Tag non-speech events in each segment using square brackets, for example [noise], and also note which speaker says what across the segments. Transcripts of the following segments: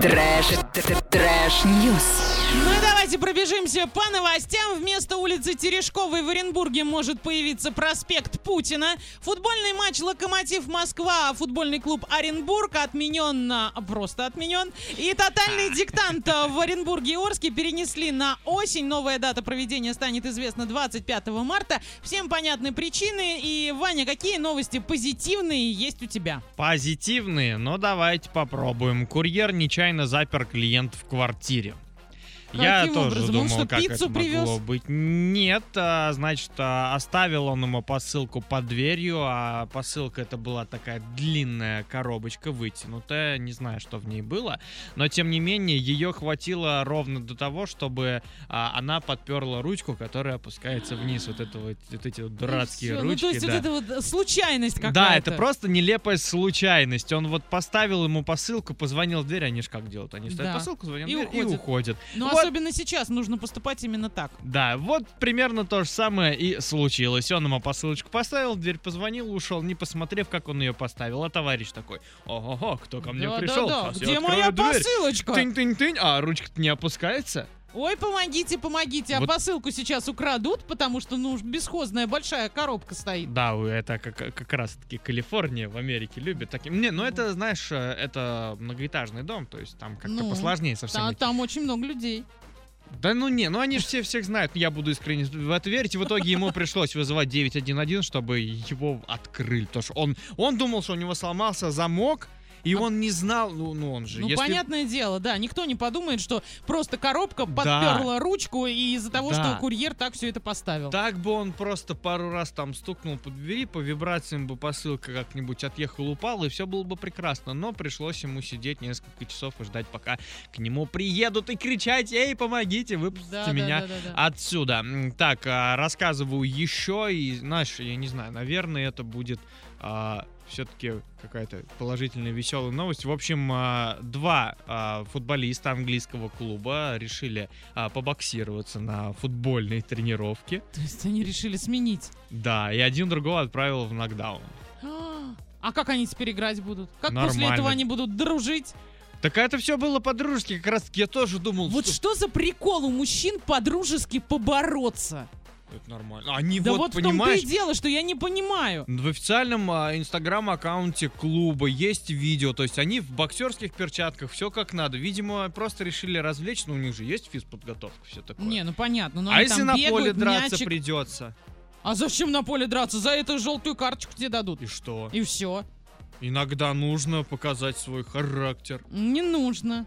Speaker 1: Трэш, трэш-ньюс.
Speaker 2: Ну и давайте пробежимся по новостям. Вместо улицы Терешковой в Оренбурге может появиться проспект Путина. Футбольный матч «Локомотив Москва», а футбольный клуб Оренбург отменен, на- просто отменен. И тотальный диктант э, в Оренбурге и Орске перенесли на осень. Новая дата проведения станет известна 25 марта. Всем понятны причины. И, Ваня, какие новости позитивные есть у тебя?
Speaker 3: Позитивные, но давайте попробуем. Курьер нечаянно запер клиент в квартире. Я
Speaker 2: Каким
Speaker 3: тоже
Speaker 2: образом? Он
Speaker 3: думал,
Speaker 2: что,
Speaker 3: как
Speaker 2: пиццу
Speaker 3: это могло
Speaker 2: привез?
Speaker 3: быть. Нет, а, значит, а, оставил он ему посылку под дверью, а посылка это была такая длинная коробочка, вытянутая, не знаю, что в ней было, но тем не менее ее хватило ровно до того, чтобы а, она подперла ручку, которая опускается вниз, вот это вот, вот эти вот дурацкие
Speaker 2: И всё.
Speaker 3: ручки.
Speaker 2: Ну, то есть
Speaker 3: да.
Speaker 2: вот это вот э, случайность какая-то.
Speaker 3: Да, это просто нелепая случайность. Он вот поставил ему посылку, позвонил в дверь, они же как делают? Они ставят
Speaker 2: Да.
Speaker 3: посылку, звонят в
Speaker 2: И
Speaker 3: дверь и
Speaker 2: уходят.
Speaker 3: уходят.
Speaker 2: Но
Speaker 3: Вот.
Speaker 2: Ну, особенно сейчас нужно поступать именно так.
Speaker 3: Да, вот примерно то же самое и случилось. Он ему посылочку поставил, в дверь позвонил, ушел, не посмотрев, как он ее поставил. А товарищ такой, ого, кто ко мне
Speaker 2: Да,
Speaker 3: пришел?
Speaker 2: да, да.
Speaker 3: Щас я
Speaker 2: Где
Speaker 3: открою
Speaker 2: моя
Speaker 3: дверь».
Speaker 2: посылочка?
Speaker 3: Тынь-тынь-тынь, а ручка-то не опускается?
Speaker 2: Ой, помогите, помогите, а
Speaker 3: Вот.
Speaker 2: посылку сейчас украдут, потому что, ну, уж бесхозная большая коробка стоит.
Speaker 3: Да, у- это как, как раз-таки Калифорния в Америке любит таким. Не, ну это, знаешь, э, это многоэтажный дом, то есть там как-то
Speaker 2: Ну,
Speaker 3: посложнее совсем.
Speaker 2: Та- там очень много людей.
Speaker 3: Да ну не, ну они же все всех знают. Я буду искренне в это верить. В итоге ему пришлось вызывать 911, чтобы его открыли. Потому что он, он думал, что у него сломался замок, и он не знал, ну, ну он же.
Speaker 2: Ну,
Speaker 3: если-
Speaker 2: понятное дело, да. Никто не подумает, что просто коробка
Speaker 3: Да.
Speaker 2: подперла ручку и из-за того,
Speaker 3: Да.
Speaker 2: что курьер так все это поставил.
Speaker 3: Так бы он просто пару раз там стукнул по двери, по вибрациям бы посылка как-нибудь отъехала, упала, и все было бы прекрасно. Но пришлось ему сидеть несколько часов и ждать, пока к нему приедут и кричать, эй, помогите, выпустите
Speaker 2: Да, да,
Speaker 3: меня. а
Speaker 2: да, да, да.
Speaker 3: отсюда. М, Так, а, рассказываю еще, и, знаешь, я не знаю, наверное, это будет все-таки какая-то положительная, веселая новость. В общем, а, два а, футболиста английского клуба решили а, побоксироваться на футбольной тренировке.
Speaker 2: То есть они решили сменить.
Speaker 3: Да, и один другого отправил в нокдаун.
Speaker 2: А как они теперь играть будут? Как после
Speaker 3: Нормально.
Speaker 2: этого они будут дружить?
Speaker 3: Так это все было по-дружески, как раз я тоже думал,
Speaker 2: Вот
Speaker 3: что...
Speaker 2: что за прикол у мужчин по-дружески побороться?
Speaker 3: Это нормально. Они
Speaker 2: да
Speaker 3: вот,
Speaker 2: вот в том-то
Speaker 3: понимаешь,
Speaker 2: и дело, что я не понимаю.
Speaker 3: В официальном а, инстаграм-аккаунте клуба есть видео, то есть они в боксерских перчатках, все как надо. Видимо, просто решили развлечь, но у них же есть физподготовка, все такое.
Speaker 2: Не, ну понятно, но
Speaker 3: а
Speaker 2: они
Speaker 3: если
Speaker 2: там
Speaker 3: на
Speaker 2: бегают,
Speaker 3: поле драться
Speaker 2: мячик-
Speaker 3: придется?
Speaker 2: А зачем на поле драться? За это желтую карточку тебе дадут.
Speaker 3: И что?
Speaker 2: И все.
Speaker 3: Иногда нужно показать свой характер.
Speaker 2: Не нужно.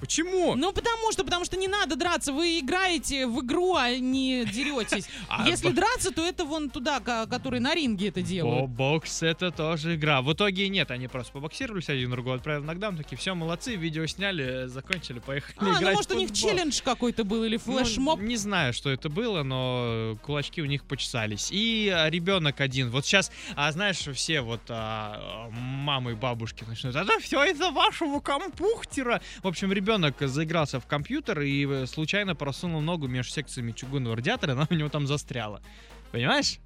Speaker 3: Почему?
Speaker 2: Ну потому что, потому что не надо драться. Вы играете в игру, а не деретесь.
Speaker 3: [laughs] А
Speaker 2: Если
Speaker 3: б-
Speaker 2: драться, то это вон туда, ко- которые на ринге это
Speaker 3: Бо-
Speaker 2: делают.
Speaker 3: бокс это тоже игра. В итоге нет, они просто побоксировались, один другого отправил нокдаун, такие, все, молодцы, видео сняли, э, закончили, поехали
Speaker 2: А, ну
Speaker 3: играть в
Speaker 2: может у них
Speaker 3: футбол».
Speaker 2: челлендж какой-то был или
Speaker 3: Ну,
Speaker 2: флешмоб.
Speaker 3: не знаю, что это было, но кулачки у них почесались. И а, ребенок один. Вот сейчас, а знаешь, все вот а, а, мамы и бабушки начнут. Это все из-за вашего компьютера. В общем, ребенок заигрался в компьютер и э, случайно просунул ногу между секциями чугунного радиатора, и она у него там застряла. Понимаешь?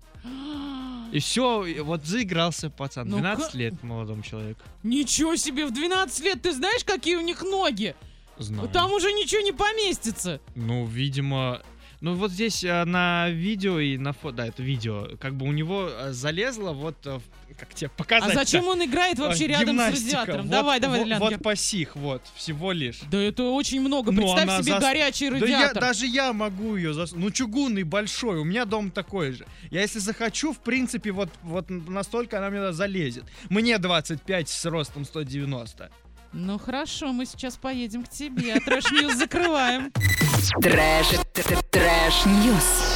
Speaker 3: И все, вот заигрался пацан.
Speaker 2: Ну,
Speaker 3: 12
Speaker 2: ка-
Speaker 3: лет молодому человеку.
Speaker 2: [gasps] Ничего себе, в 12 лет ты знаешь, какие у них ноги?
Speaker 3: Знаю.
Speaker 2: Ну, Там уже ничего не поместится.
Speaker 3: Ну, видимо... Ну, вот здесь э, на видео и на фото... Да, это видео. Как бы у него э, залезло вот... э, в- Как тебе показать
Speaker 2: А зачем он играет вообще рядом с радиатором? Давай, давай,
Speaker 3: А, вот,
Speaker 2: Лянке.
Speaker 3: вот по сих, вот, всего лишь.
Speaker 2: Да это очень много.
Speaker 3: Ну,
Speaker 2: Представь
Speaker 3: она
Speaker 2: себе
Speaker 3: зас-
Speaker 2: горячий радиатор.
Speaker 3: Да я, даже я могу ее зас... Ну, чугунный большой, у меня дом такой же. Я, если захочу, в принципе, вот, вот настолько она мне туда залезет. Мне 25 с ростом 190.
Speaker 2: Ну хорошо, мы сейчас а поедем к тебе. Трэш Ньюс закрываем.
Speaker 1: Трэш, трэш-ньюс.